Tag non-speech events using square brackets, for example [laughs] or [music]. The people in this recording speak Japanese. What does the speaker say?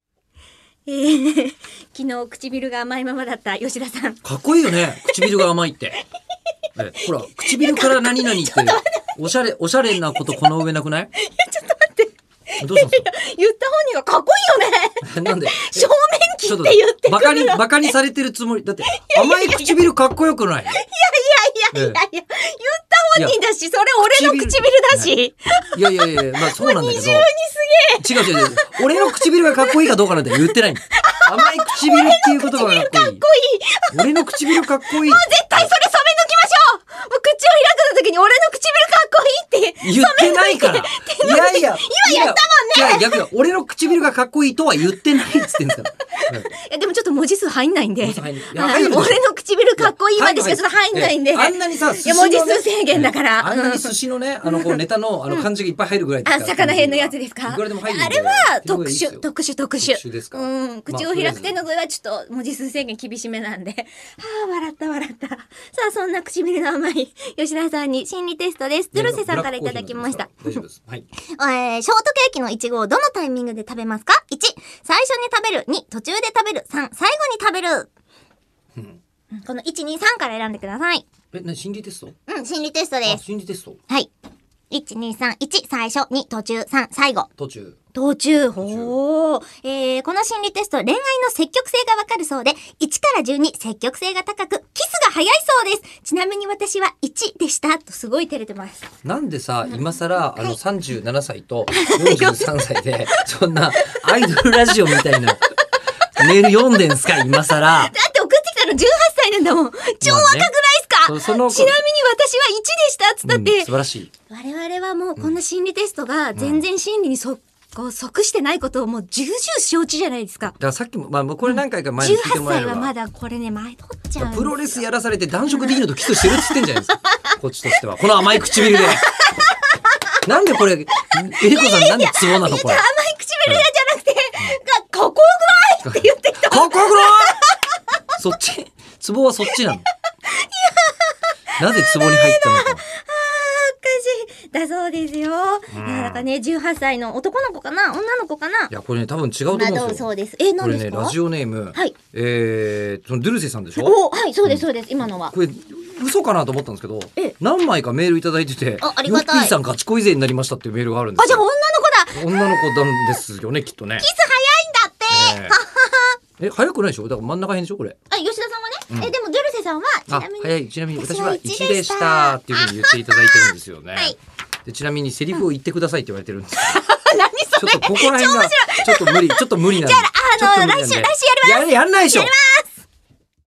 [laughs] えー、昨日唇が甘いままだった吉田さん。かっこいいよね。唇が甘いって。えほら、唇から何々って、おしゃれ、おしゃれなことこの上なくないちょっと待って。どうし言った本人はかっこいいよ [laughs] ね。たんですかなんで正面切ちょっって言ってと、くバカるに、の。バカにされてるつもり。だって、甘い唇かっこよくないいやいやいやいや、言った本人だし、それ俺の唇だし。いやいやいやいや、まあそうなんだけ二ど。重にすげえ。違う違う違う。俺の唇がかっこいいかどうかなんて言ってないんだよ。甘い唇っていう言葉がかっこいい。かっこいい。俺の唇かっこいい。絶対それ染め抜きましょう。もう口を開く時に俺の唇かっこいいって。言ってないから。いやいや。今やったもんね。いや、逆だ。俺の唇がかっこいいとは言ってないっつってんですから。うんえでもちょっと文字数入んないんで。文字数入んないいやはい入るでしょ [laughs] 俺の唇 [laughs] かっこいいまでしかちょっと入んないんで。ええあんなにさ、いや文字数制限だかええら。あんなうにん寿司のね、あの、こう、ネタの、あの、漢字がいっぱい入るぐらいですあ、から魚編のやつですか。いくらでも入るんであれは特いいです殊、よ特殊、特殊。特殊ですかうん、口をまあ開く手の具合はちょっと文字数制限厳しめなんで。は [laughs] あ、笑った、笑った。さあ、そんな唇の甘い吉田さんに心理テストです。ゼロセさんからいただきました。大丈夫です。はい。えーショートケーキのイチゴをどのタイミングで食べますか ?1、最初に食べる。2、途中で食べる。3、最後に食べる。うんこの1、2、3から選んでください。え、なに心理テストうん、心理テストあ、です。心理テストはい。1、2、3、1、最初、2、途中、3、最後。途中。途中、ほー。えー、この心理テスト、恋愛の積極性がわかるそうで、1から10に積極性が高く、キスが早いそうです。ちなみに私は1でした。とすごい照れてます。なんでさ、今更、あの、37 [laughs] 歳と43歳で、そんな、アイドルラジオみたいな、メール読んでんすか今更。だって送ってきたの18歳なんだもん。超若くないっすか、まあねそその子ちなみに私は1でしたっつったうっん、て、素晴らしい。我々はもうこんな心理テストが全然心理にそ、こう即してないことをもう重々承知じゃないですかだ。からさっきも、まあ、これ何回か前に聞いて18もらえ歳れはばま。だこれね、前取っちゃうんですプロレスやらされて男色できるとキスしてるっつってんじゃないですか。こっちとしては。この甘い [laughs] 唇で。なんでこれ、えりこさんなんでツボなのこれ。甘かい唇じゃなくて、がかっこよくないって言ってきた。っこよくないそっちツボはそっちなのなぜツボに入ったのか。おかしい。だそうですよ。いや、だからね、18歳の男の子かな女の子かないや、これね、多分違うと思うんまあ、でどうすそよう。です。え、こ何れですね、かラジオネーム、はいえー、そのドゥルセさんでしょおはい、そうです、そうです。今のは。これ、嘘かなと思ったんですけどええ、何枚かメールいただいてて、あありがたいヨッピーさんガチ恋勢になりましたっていうメールがあるんであ、すじゃあよ女の。子だキス女の子なんですよね、きっとね。早いんだって、えええ早くないでしょだから真ん中辺でしょこれあ、吉田さんはね、え、でも、ジュルセさんは、ちあなみに。早いちなみに私は私は一1でしたっていうふうに言っていただいてるんですよね、はいでちなみにセリフを言ってくださいって言われてるんですけあ、何そどちょっとここら辺がちょっと無理ちょっと無理なんであのちょっと無理なんで来週来週やりやんないでしょ